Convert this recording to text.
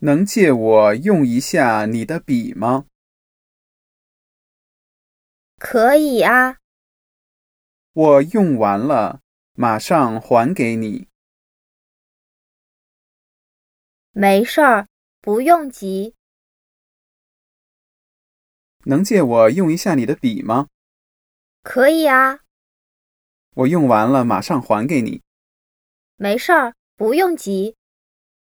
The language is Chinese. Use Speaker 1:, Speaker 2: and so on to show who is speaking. Speaker 1: 能借我用一下你的笔吗？
Speaker 2: 可以啊，
Speaker 1: 我用完了，马上还给你。
Speaker 2: 没事儿，不用急。
Speaker 1: 能借我用一下你的笔吗？
Speaker 2: 可以啊，
Speaker 1: 我用完了，马上还给你。
Speaker 2: 没事儿，不用急。